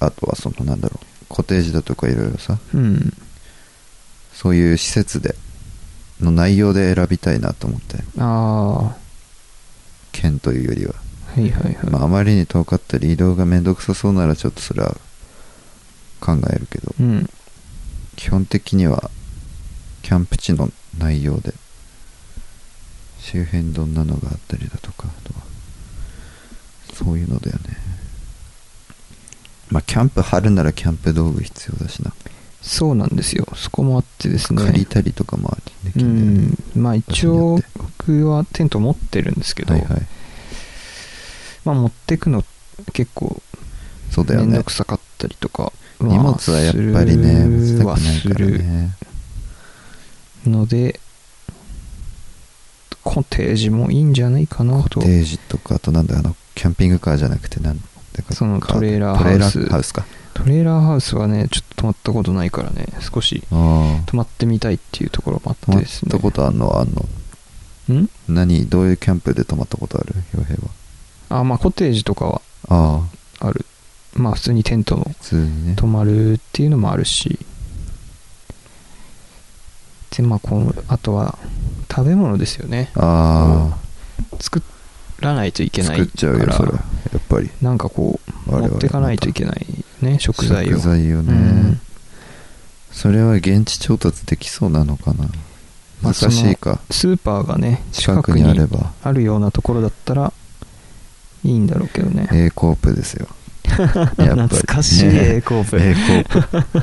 D: あとはそのなんだろうコテージだとかいろいろさ
C: うん
D: そういう施設での内容で選びたいなと思って
C: あ
D: 県というよりは、
C: あはいはいはい、
D: まあ、あまりに遠かったり移動がめんどくさそうならちょっとそれは考えるけど
C: うん
D: 基本的にはキャンプ地の内容で周辺どんなのがあったりだとかあとはそういうのだよねまあキャンプ張るならキャンプ道具必要だしな、
C: そうなんですよそこもあってですね
D: 借りたりとかもでき
C: う
D: るんだよね
C: んまあ一応
D: 場所によって
C: 僕はテント持ってるんですけど、
D: はいはい
C: まあ、持ってくの結構
D: そうだよ
C: 面
D: ね
C: 倒くさかったりとか、
D: 荷物はやっぱりね
C: ま
D: 持
C: あす
D: ち
C: る
D: たく
C: は
D: ないか
C: す
D: ら
C: る
D: ね
C: のでコテージもいいんじゃないかなと
D: コテージとかあとなんだあのキャンピングカーじゃなくてなんだか
C: その
D: カ
C: トレーラー
D: トレーラ
C: ハウス
D: ーハウスか
C: トレーラーハウスはねちょっと泊まったことないからね少し
D: ああ
C: 泊まってみたいっていうところもあ
D: 泊ま
C: って
D: っ
C: ですね
D: たことあんのあんの
C: ん
D: 何どういうキャンプで泊まったことある洋平は
C: あまあコテージとかは
D: ああ
C: あるまあ普通にテントも
D: 普通にね
C: 泊まるっていうのもあるしでまあこのあとは食べ物ですよね
D: あ
C: 作らないとい
D: あ
C: けな
D: 作っ
C: いから
D: ちゃうよそれはやっぱり
C: なんかこう
D: 我々
C: 持ってかないといけないね食材を
D: 食材をね、
C: うん
D: それは現地調達できそうなのかな
C: まあ
D: 難しいか、
C: スーパーがね近
D: 近
C: く
D: く
C: に
D: にあれば
C: あるようなところだったらいいんだろうけどね
D: A コープですよやっぱり
C: 懐かしい A コープ
D: A コープ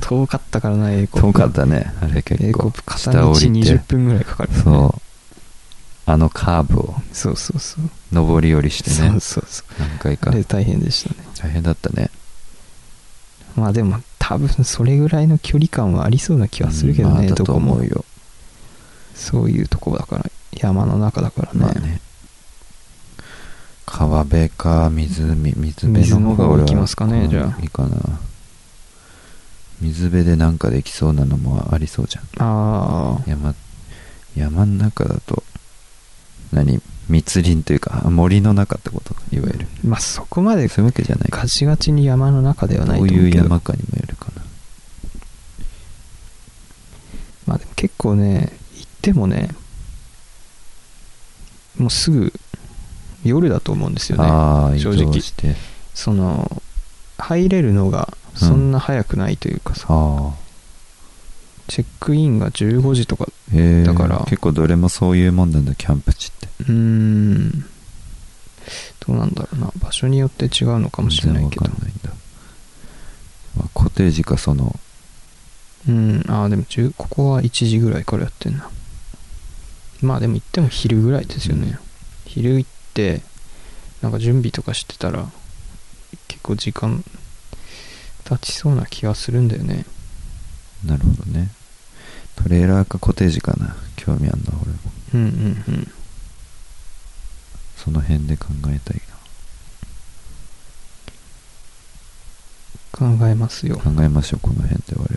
C: 遠かったからな A コープ
D: 遠かったねあれ結構
C: A コープ片
D: 下
C: 道
D: 降りて
C: 20分ぐらいかかる
D: そうあのカーブを
C: そうそうそう
D: 上り下りして
C: そ
D: ね
C: うそうそう
D: 何回
C: あ
D: か
C: れ大変でしたね
D: 大変だったね
C: まあでも多分それぐらいの距離感はありそうな気はするけど
D: うんま
C: ね、
D: あだ
C: ど
D: と
C: こ
D: 思
C: も
D: うよ
C: そういうとこだから山の中だからね,、
D: まあね川辺か湖水辺
C: 水
D: の
C: の
D: 方が
C: 方
D: 俺は
C: 行きますかねじゃあ
D: いいかな水辺でなんかできそうなのもありそうじゃん
C: ああ
D: 山山の中だと何密林というかあ森の中ってこといわゆる
C: まあそこまで
D: そういうわけじゃないか
C: ガチガチに山の中ではない
D: ど
C: と
D: う
C: 思
D: いうう
C: けど
D: 山かにもよるかな
C: まあでも結構ね行ってもねもうすぐ夜だと思うんですよね
D: ああ移
C: 正
D: 動
C: 直
D: して
C: その入れるのがそんな早くないというかさ、
D: ああ
C: チェックインが15時とか
D: へえ
C: だから
D: 結構どれもそういうもんなんだキャンプ地って
C: うーんどうなんだろうな場所によって違うのかもしれないけど
D: 全然わかんないんだ、まあ、コテージかその
C: うんああでも10ここは1時ぐらいからやってんなまあでも行っても昼ぐらいですよね、
D: うん
C: 昼行ってなんか準備とかしてたら結構時間経ちそうな気がするんだよね
D: なるほどねトレーラーかコテージかな興味あんな俺も
C: うんうんうん
D: その辺で考えたい
C: 考えますよ
D: な考えましょうこの辺で我々が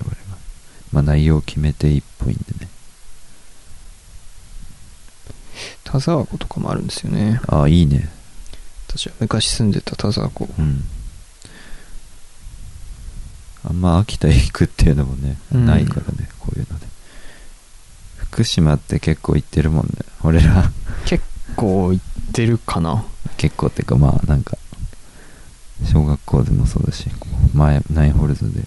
D: まあ内容を決めていいっぽいんでね
C: 田沢湖とかもあるんですよね
D: ああいいね
C: 私は昔住んでた田沢湖
D: うんあんま秋田行くっていうのもね、
C: うん
D: ないからねこういうので福島って結構行ってるもんね俺ら
C: 結構行ってるかな
D: 結構っていうかまあなんか小学校でもそうだしこう前ナインホールズで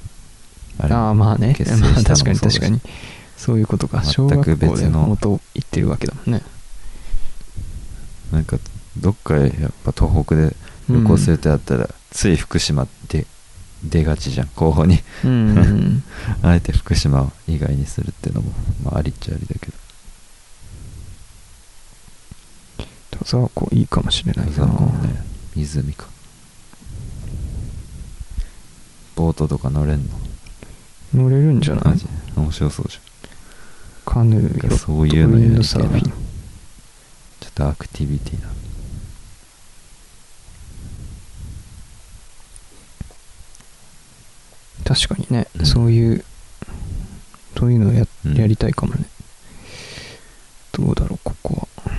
D: あ
C: ああまあね、
D: 結成した
C: ま
D: の
C: あ、
D: も
C: 確かに
D: そうだし
C: 確かにそういうことか小
D: 全く
C: 学校
D: 別
C: で
D: の
C: 元行ってるわけだもんね
D: なんかどっかやっぱ東北で旅行するってなったら、つい福島って出がちじゃん候補に
C: うん、うんうん、
D: あえて福島以外にするってのも、まあ、ありっちゃありだけど
C: 田沢湖いいかもしれないな、
D: 山もね湖かボートとか乗れんの
C: 乗れるんじゃな
D: マ
C: い
D: ジ面白そうじゃん
C: カヌーヨット
D: そ
C: ウ
D: うい
C: ィ
D: うのやりたい
C: ンド
D: な
C: サーフィン
D: ちょっとアクティビティな
C: 確かにね、
D: うん
C: そういうそういうのや,、
D: うん
C: やりたいかもねどうだろうここは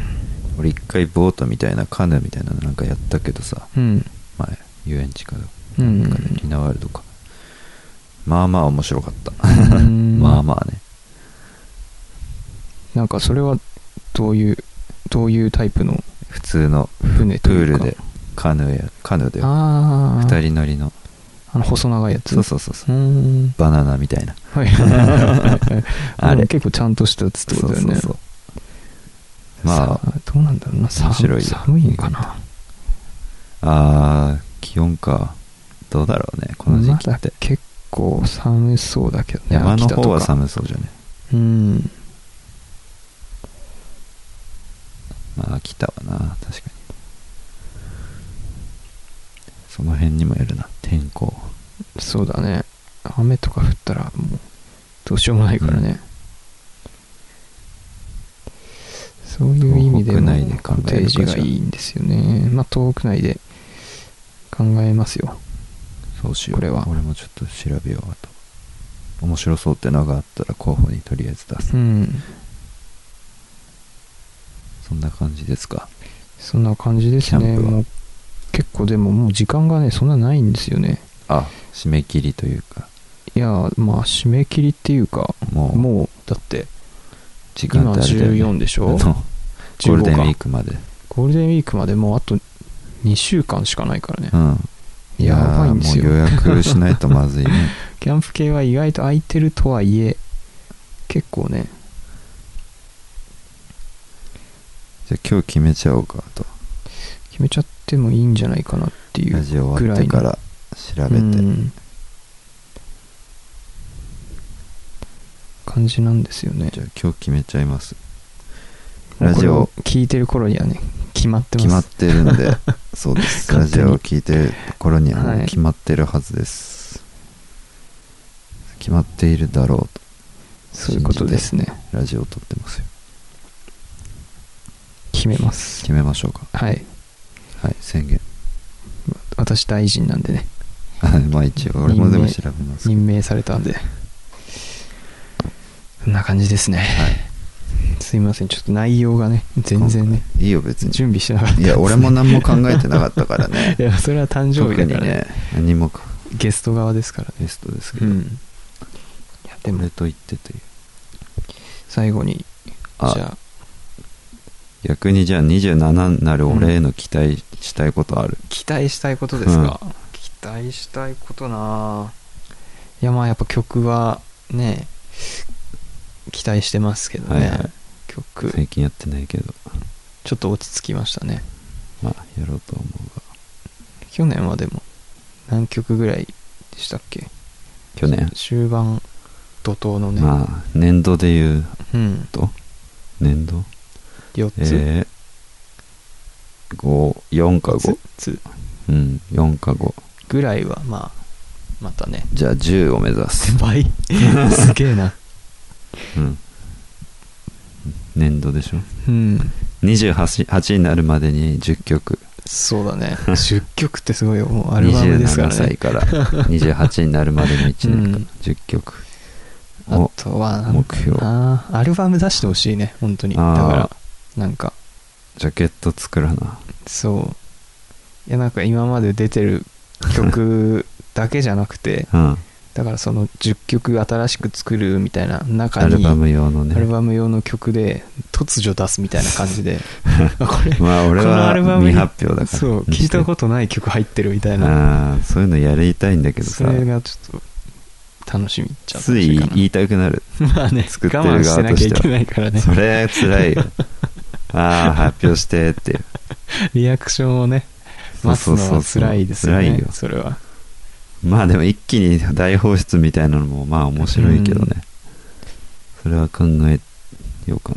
D: 俺一回ボートみたいなカヌーみたいなのなんかやったけどさ
C: うん
D: 前遊園地か
C: う
D: なん
C: ん
D: かでリナワールドかまあまあ面白かった
C: うん
D: まあまあね
C: なんかそれはどういうどういうタイプの
D: 普通の
C: 船
D: プ
C: と
D: ー
C: いう
D: ル
C: か
D: でカヌーやカヌーで
C: ああ
D: 二人乗りの
C: あの細長いやつ
D: そうそうそうそう
C: うーん
D: バナナみたいな
C: はい
D: あ
C: あ
D: れ
C: れ結構ちゃんとしたやつってことだよね
D: そうそうそうま
C: さどうなんだろうな寒
D: 面白いよ
C: 寒いのかな
D: ああー気温かどうだろうねこの時期っ
C: まだ
D: て
C: 結構寒そうだけどね
D: 山の
C: 秋田
D: 方
C: とか
D: は寒そうじゃね
C: うん
D: まあ秋田はな確かにその辺にもよるな天候
C: そうだね雨とか降ったらもうどうしようもないからね、そういう意味でも
D: 東北内で考
C: コ
D: え
C: テー
D: るか
C: ジが
D: じゃあ
C: いいんですよねまあ東北内で考えますよ
D: そうしよう
C: これは
D: 俺もちょっと調べようあと面白そうってのがあったら候補にとりあえず出す、
C: うん
D: そんな感じですか
C: そんな感じです
D: キャ
C: ね
D: ンプは
C: もう結構でももう時間がねそんなないんですよね
D: あ締め切りというか
C: いやまあ締め切りっていうか
D: もう
C: もうだって
D: 時間
C: 今
D: ってあれだよ、ね、
C: 14でし
D: あ
C: ょ
D: のゴールデンウィ
C: 15
D: ークまで
C: ゴールデンウィークまでもうあと2週間しかないからね
D: うんいや
C: やばい
D: ー
C: んで
D: も
C: す
D: う
C: よ
D: 予約しないとまずいね
C: キャンプ系は意外と空いてるとはいえ結構ね
D: じゃあ今日決めちゃおうかと
C: 決めちゃってもいいんじゃないかなっていう
D: ラジオ終わってから調べて、
C: うん感じなんですよね
D: じゃあ今日決めちゃいます
C: もう
D: ラ
C: これ
D: ジ
C: を
D: オ
C: 聞いてる頃にはね決まって
D: 決ま
C: ま
D: っ
C: す
D: てるんでそうですラ
C: 勝手
D: ジ
C: に
D: オを聞いてる頃にはもう
C: はい
D: 決まってるはずです、決まっているだろうと
C: そういうことですね
D: ラジオを撮ってますよ
C: 決めます
D: 決めましょうか
C: はい
D: はい宣言
C: 私大臣なんでね
D: まあ一応俺もでも調べますけど
C: 任命されたんでこんな感じですね
D: はい
C: すいませんちょっと内容がね全然ね
D: いいよ別に
C: 準備してなかった
D: いや俺も何も考えてなかったから ね
C: いやそれは誕生
D: 特
C: 日だ
D: に
C: からね
D: ね何もか
C: ゲスト側ですからね
D: ベストですけ
C: う
D: ど、
C: んいやで
D: 俺
C: も
D: と言ってという
C: 最後に
D: あ
C: じゃあ
D: 逆にじゃあ27になる俺への期待したいことある、
C: 期待したいことですか、期待したいことなあいやまあやっぱ曲はね期待してますけどね、
D: はいはい
C: 曲
D: 最近やってないけど
C: ちょっと落ち着きましたね
D: まあやろうと思うが
C: 去年はでも何曲ぐらいでしたっけ
D: 去年
C: 終盤怒涛のね、
D: まあ年度でいう
C: うん
D: と年度
C: 4つ、
D: えー、54か5
C: つつ
D: うん4か5
C: ぐらいはまあまたね
D: じゃあ10を目指す、
C: 倍 すげえな
D: うん、年度でしょ
C: うん
D: 28 8になるまでに10曲
C: そうだね10曲ってすごいよもうアルバムですから
D: 27歳
C: ね
D: から28にな るまでの1年間、
C: うん
D: 10曲
C: あ
D: を
C: とはなん
D: 目標
C: あーアルバム出してほしいね本当にだ
D: あー
C: からなんか
D: ジャケット作らな
C: そういやなんか今まで出てる曲だけじゃなくて
D: うん
C: だからその10曲新しく作るみたいな中
D: ア
C: に
D: ルバム用のね
C: アルバム用の曲で突如出すみたいな感じ であこれ
D: まあ俺
C: この
D: は
C: アルバムに
D: 未発表だから
C: そう聞いたことない曲入ってるみたい
D: あ
C: な
D: あそういうのやりたいんだけど
C: そ
D: さ
C: れがちょっと楽しみっちゃ
D: つい
C: 楽し
D: 言
C: み
D: いたくなる
C: かな まあね
D: 作ってる
C: 我慢して
D: 側
C: な
D: と
C: き
D: して
C: ゃい
D: は
C: けないからね
D: それ辛 いよああ発表してっていう
C: リアクションをね待つのは辛いですよ
D: 辛い
C: ね
D: よ
C: それは
D: まあでも一気に大放出みたいなのもまあ面白いけどね、それは考えようか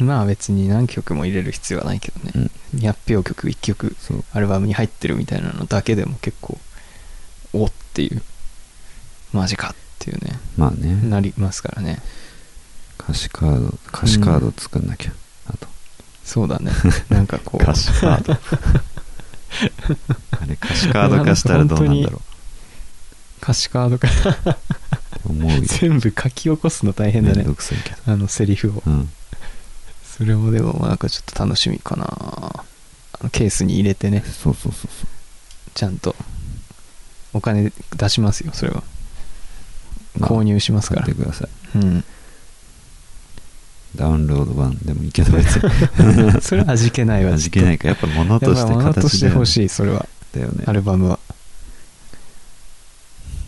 D: な
C: まあ別に何曲も入れる必要はないけどね、200表曲1曲
D: そう
C: アルバムに入ってるみたいなのだけでも結構おっていうマジかっていうね
D: まあね
C: なりますからね
D: 歌詞カード歌詞カード作んなきゃ、あと
C: そう だねなんかこう
D: 歌詞カー ドあれ歌詞カード化したらどうなんだろ
C: 歌詞カードから
D: う思うよ
C: 全部書き起こすの大変だ
D: めん
C: ね
D: どくさいけど
C: あのセリフを
D: うん
C: それもでもなんかちょっと楽しみかなあのケースに入れてね
D: そうそうそうそう
C: ちゃんとお金出しますよそれは
D: まあ
C: 購入しますか
D: 買っ
C: ら
D: てください
C: うん
D: ダウンロード版でもいいけど 別に
C: それは味気ないわ
D: 味気ないからやっぱ物として
C: やっぱ物とし
D: 形
C: て
D: だよ
C: ほ
D: ね
C: しいそれは
D: だよね
C: アルバムは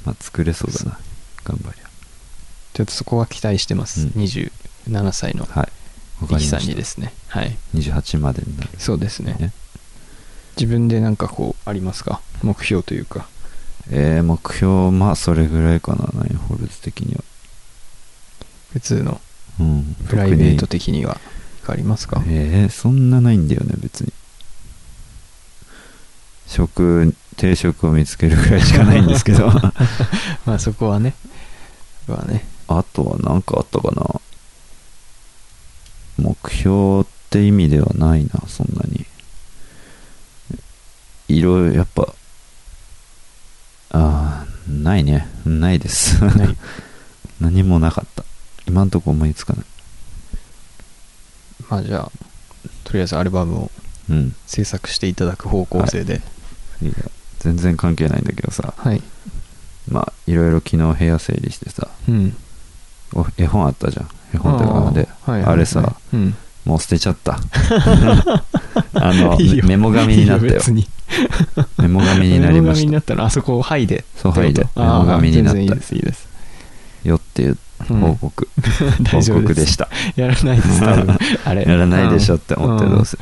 D: まあ作れそうだな頑張りゃ
C: ちょっとそこは期待してま
D: う
C: す、
D: ん
C: 27歳の
D: はいわか
C: リキ
D: り
C: さ
D: ま
C: んに
D: し
C: で
D: た
C: すねはい
D: 28までになる
C: そうですね
D: ね
C: 自分でなんかこうありますか目標というか
D: えー、目標まあそれぐらいかなナインホールズ的には
C: 普通の
D: うん
C: プライベート
D: 特
C: 的にはありますか
D: にえー、そんなないんだよね別に食定食を見つけるぐらいしかないんですけ ど
C: まあそこはねそこは ね
D: あとは何かあったかな目標って意味ではないなそんなにいろいろやっぱああないねないです
C: ない
D: 何もなかった今んとこ思いつかない
C: まあじゃあとりあえずアルバムを
D: うん
C: 制作していただく方向性で
D: いや全然関係ないんだけどさ
C: はい、
D: まあいろいろ昨日部屋整理してさ
C: うん
D: お絵本あったじゃん絵本って
C: あ
D: か
C: ー
D: で
C: はい
D: あれさ
C: うん
D: もう捨てちゃった あの
C: いいよ
D: メモ紙になった
C: いい
D: よ
C: 別に
D: メモ紙になりまし
C: に
D: た
C: なったらあそこを「はい」で
D: そうはいで
C: ってこと
D: メ
C: あー
D: モ紙になった
C: 全然いいですいいです、
D: よっていう
C: うん
D: 報告、
C: 大丈
D: 報
C: 夫
D: 告
C: で
D: ですした
C: やらな いです多分あれ
D: やらないでしょって思って
C: うん
D: どうせ、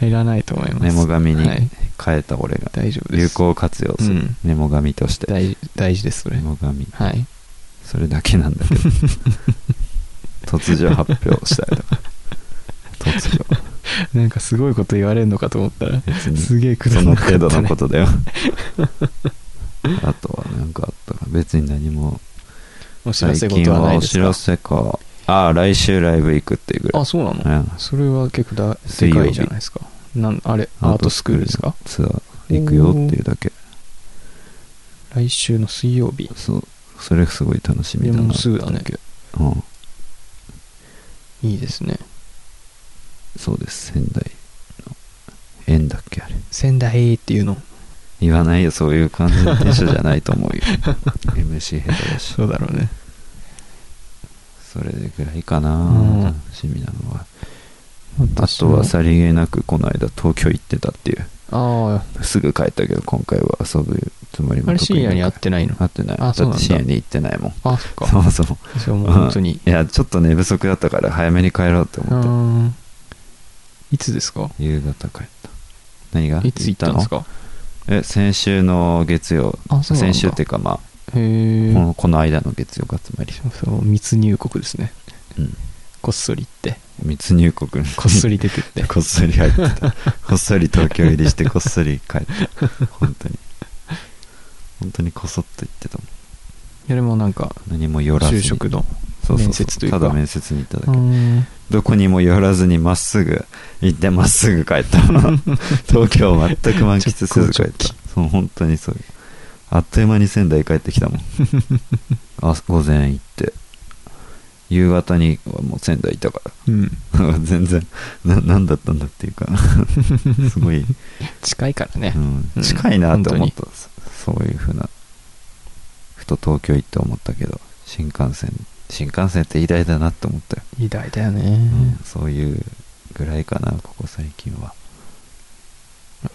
C: いらないと思います
D: メモ紙に
C: はい
D: 変えた俺が
C: 大丈夫です
D: 有効活用する、
C: うん
D: メモ紙として
C: 大大事ですそれ
D: メモ紙
C: はい
D: それだけなんだ けど突如発表したいとか 突如
C: なんかすごいこと言われるのかと思ったら
D: 別に
C: すげえく
D: そ
C: だら
D: の
C: なかった、ね、
D: 程度のこと だよあとは何かあったか別に何も
C: お知ら
D: 最
C: せ
D: 近
C: 事はな
D: はいお
C: で
D: 知
C: す
D: ら
C: か
D: せかああ来週ライブ行くっていうぐらい
C: あそうなの、
D: うん
C: それは結構だ
D: 水
C: で
D: 曜日
C: かいじゃないですかなんあれアートスクールですか
D: ツアー行くよっていうだけ
C: 来週の水曜日
D: そうそれすごい楽しみ
C: い
D: だ
C: や
D: な
C: もうすぐだね
D: うん
C: いいですね
D: そうです仙台の縁だっけあれ
C: 仙台っていうの
D: 言わないよそういう感じの電車じゃないと思 うよ MC 下手だし
C: そうだろうね
D: それぐらいかな、
C: うん
D: 楽しみなのはあとはさりげなくこの間東京行ってたっていう
C: あ
D: すぐ帰ったけど今回は遊ぶつもり
C: あ
D: も
C: れ深夜に会ってないの
D: 会ってない
C: あそう
D: だ
C: なんだ
D: って深夜に行ってないもん
C: あそっ
D: そ
C: か
D: もそも
C: それはもう本当に
D: いやちょっと寝不足だったから早めに帰ろうって
C: う
D: 思って
C: ーんいつですか
D: 夕方帰った何が
C: いつ行ったんですか
D: え先週の月曜
C: あそうなんだ
D: 先週っていうかま
C: へ
D: あ、
C: え
D: このこの間の月曜がつまり、
C: そう密入国ですね
D: うん、
C: こっそり行って
D: 密入国
C: こっそ
D: り
C: り出てっ て
D: こっそり入ってたこっそり東京入りしてこっそり帰った本当に本当にこそっと行ってたもん
C: いやでもなんか
D: 何も寄らずに
C: 就職の
D: そうそうそう
C: 面接というか
D: ただ面接に行っただけ、
C: うーん
D: どこにも寄らずにまっすぐ行ってまっすぐ帰った 東京を全く満喫せず帰っ
C: 直行直帰
D: たそう本当にそういうあっという間に仙台帰ってき たもんあ午前行って夕方にはもう仙台いたか
C: うん
D: ら 全然な何だったんだっていう かすごい、
C: 近いからね
D: う、
C: うんん
D: 近いなって思った、そそういうふうなふと東京行って思ったけど新幹線新幹線って偉大だなって思ったよ
C: 偉大だよね
D: うんそういうぐらいかなここ最近は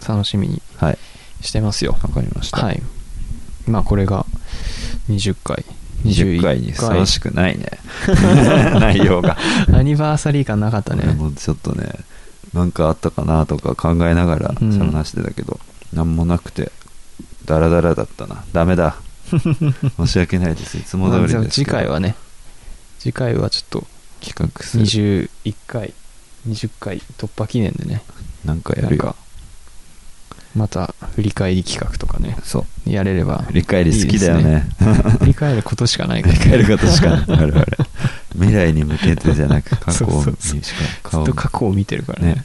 C: 楽しみに
D: はい
C: してますよ
D: わかりました、
C: はいまあこれが20回
D: 20回にふさわしくない ね内容が
C: アニバーサリー感なかったね
D: 俺もちょっとねなんかあったかなとか考えながら
C: うん
D: 話してたけど、なんもなくてダラダラだったなダメ だ申し訳ないですいつも通りですけ
C: ま
D: ど
C: あ次回はね次回はちょっと
D: 企画する
C: 21回20回突破記念でね
D: なんかや
C: なん
D: るよ
C: かまた振り返り企画とかね
D: そう
C: やれれば
D: 振り返り好きだよね
C: 振り返ることしかないから
D: 振り返ることしかない我々未来に向けてじゃなく過去
C: そうそうそう
D: にしか
C: ず
D: 顔
C: っ
D: を
C: と過去を見てるからね
D: ね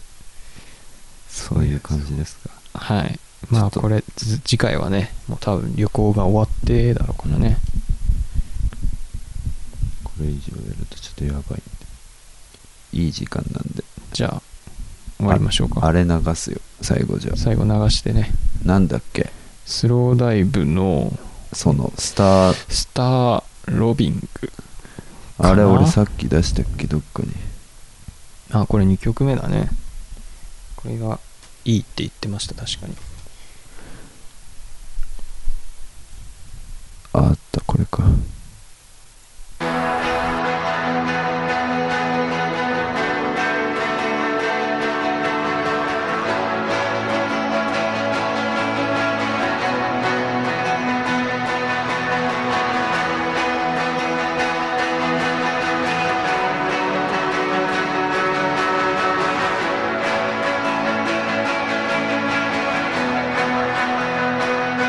D: そういう感じですか
C: はいまあ
D: ちょっと
C: これつ次回はねもう多分旅行が終わってだろうからね
D: これ以上やるとちょっとやばいんでいい時間なんで
C: じゃあ終わりましょう
D: あ
C: か
D: れ流すよ最後じゃ
C: 最後流してね
D: なんだっけ
C: スローダイブの
D: そのスター
C: スターロビング
D: あれ
C: かな
D: 俺さっき出したっけどっかに
C: あこれ2曲目だねこれがいいって言ってました確かに
D: ああったこれか
E: 「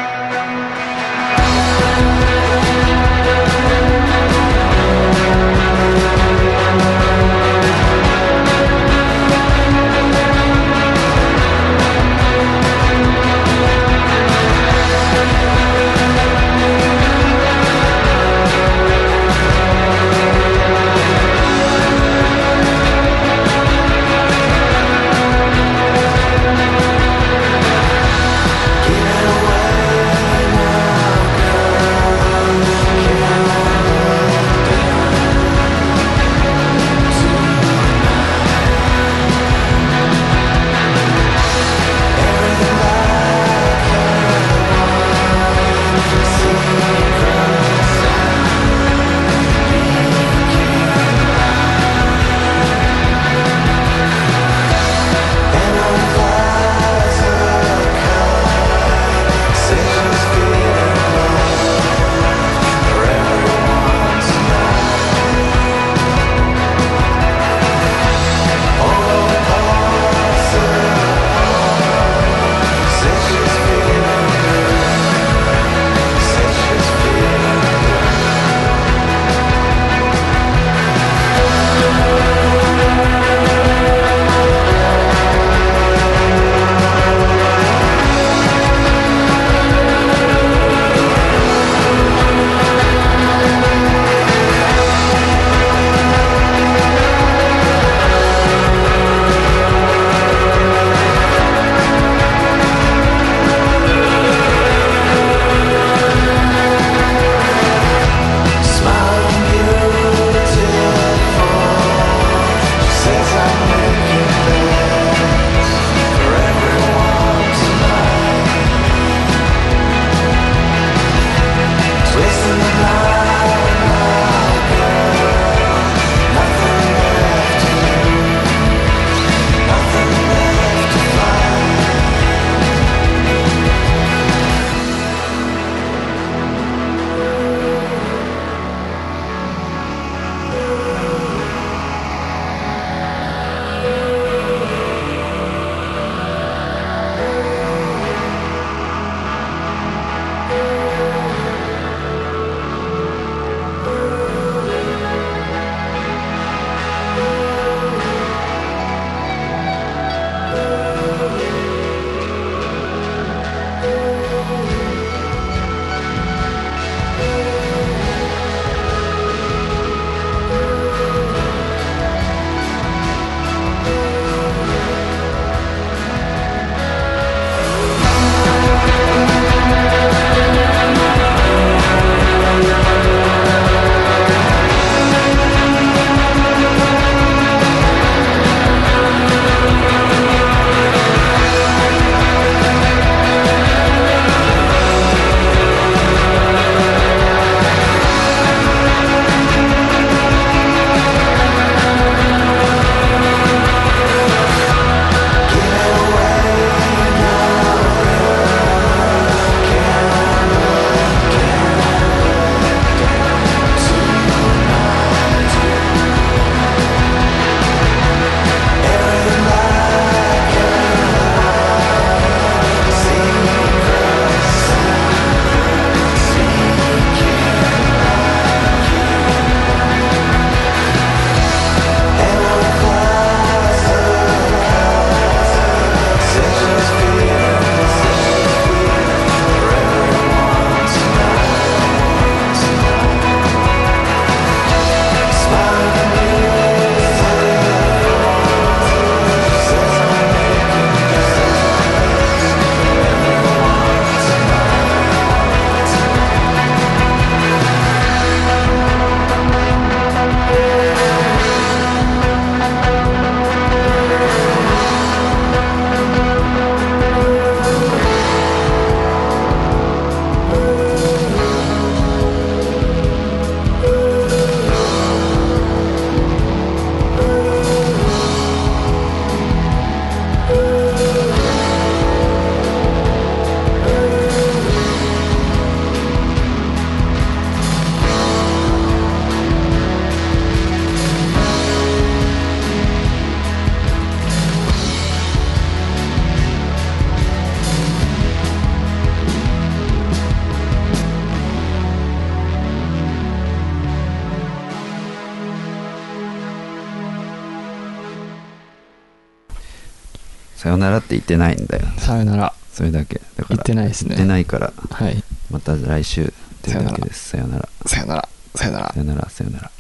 D: さよならって言ってないんだよ
C: さよなら
D: それだけだから
C: 言ってないですね
D: 言ってないから
C: はい
D: また来週っていうだけですさよなら
C: さよならさよなら
D: さよならさよなら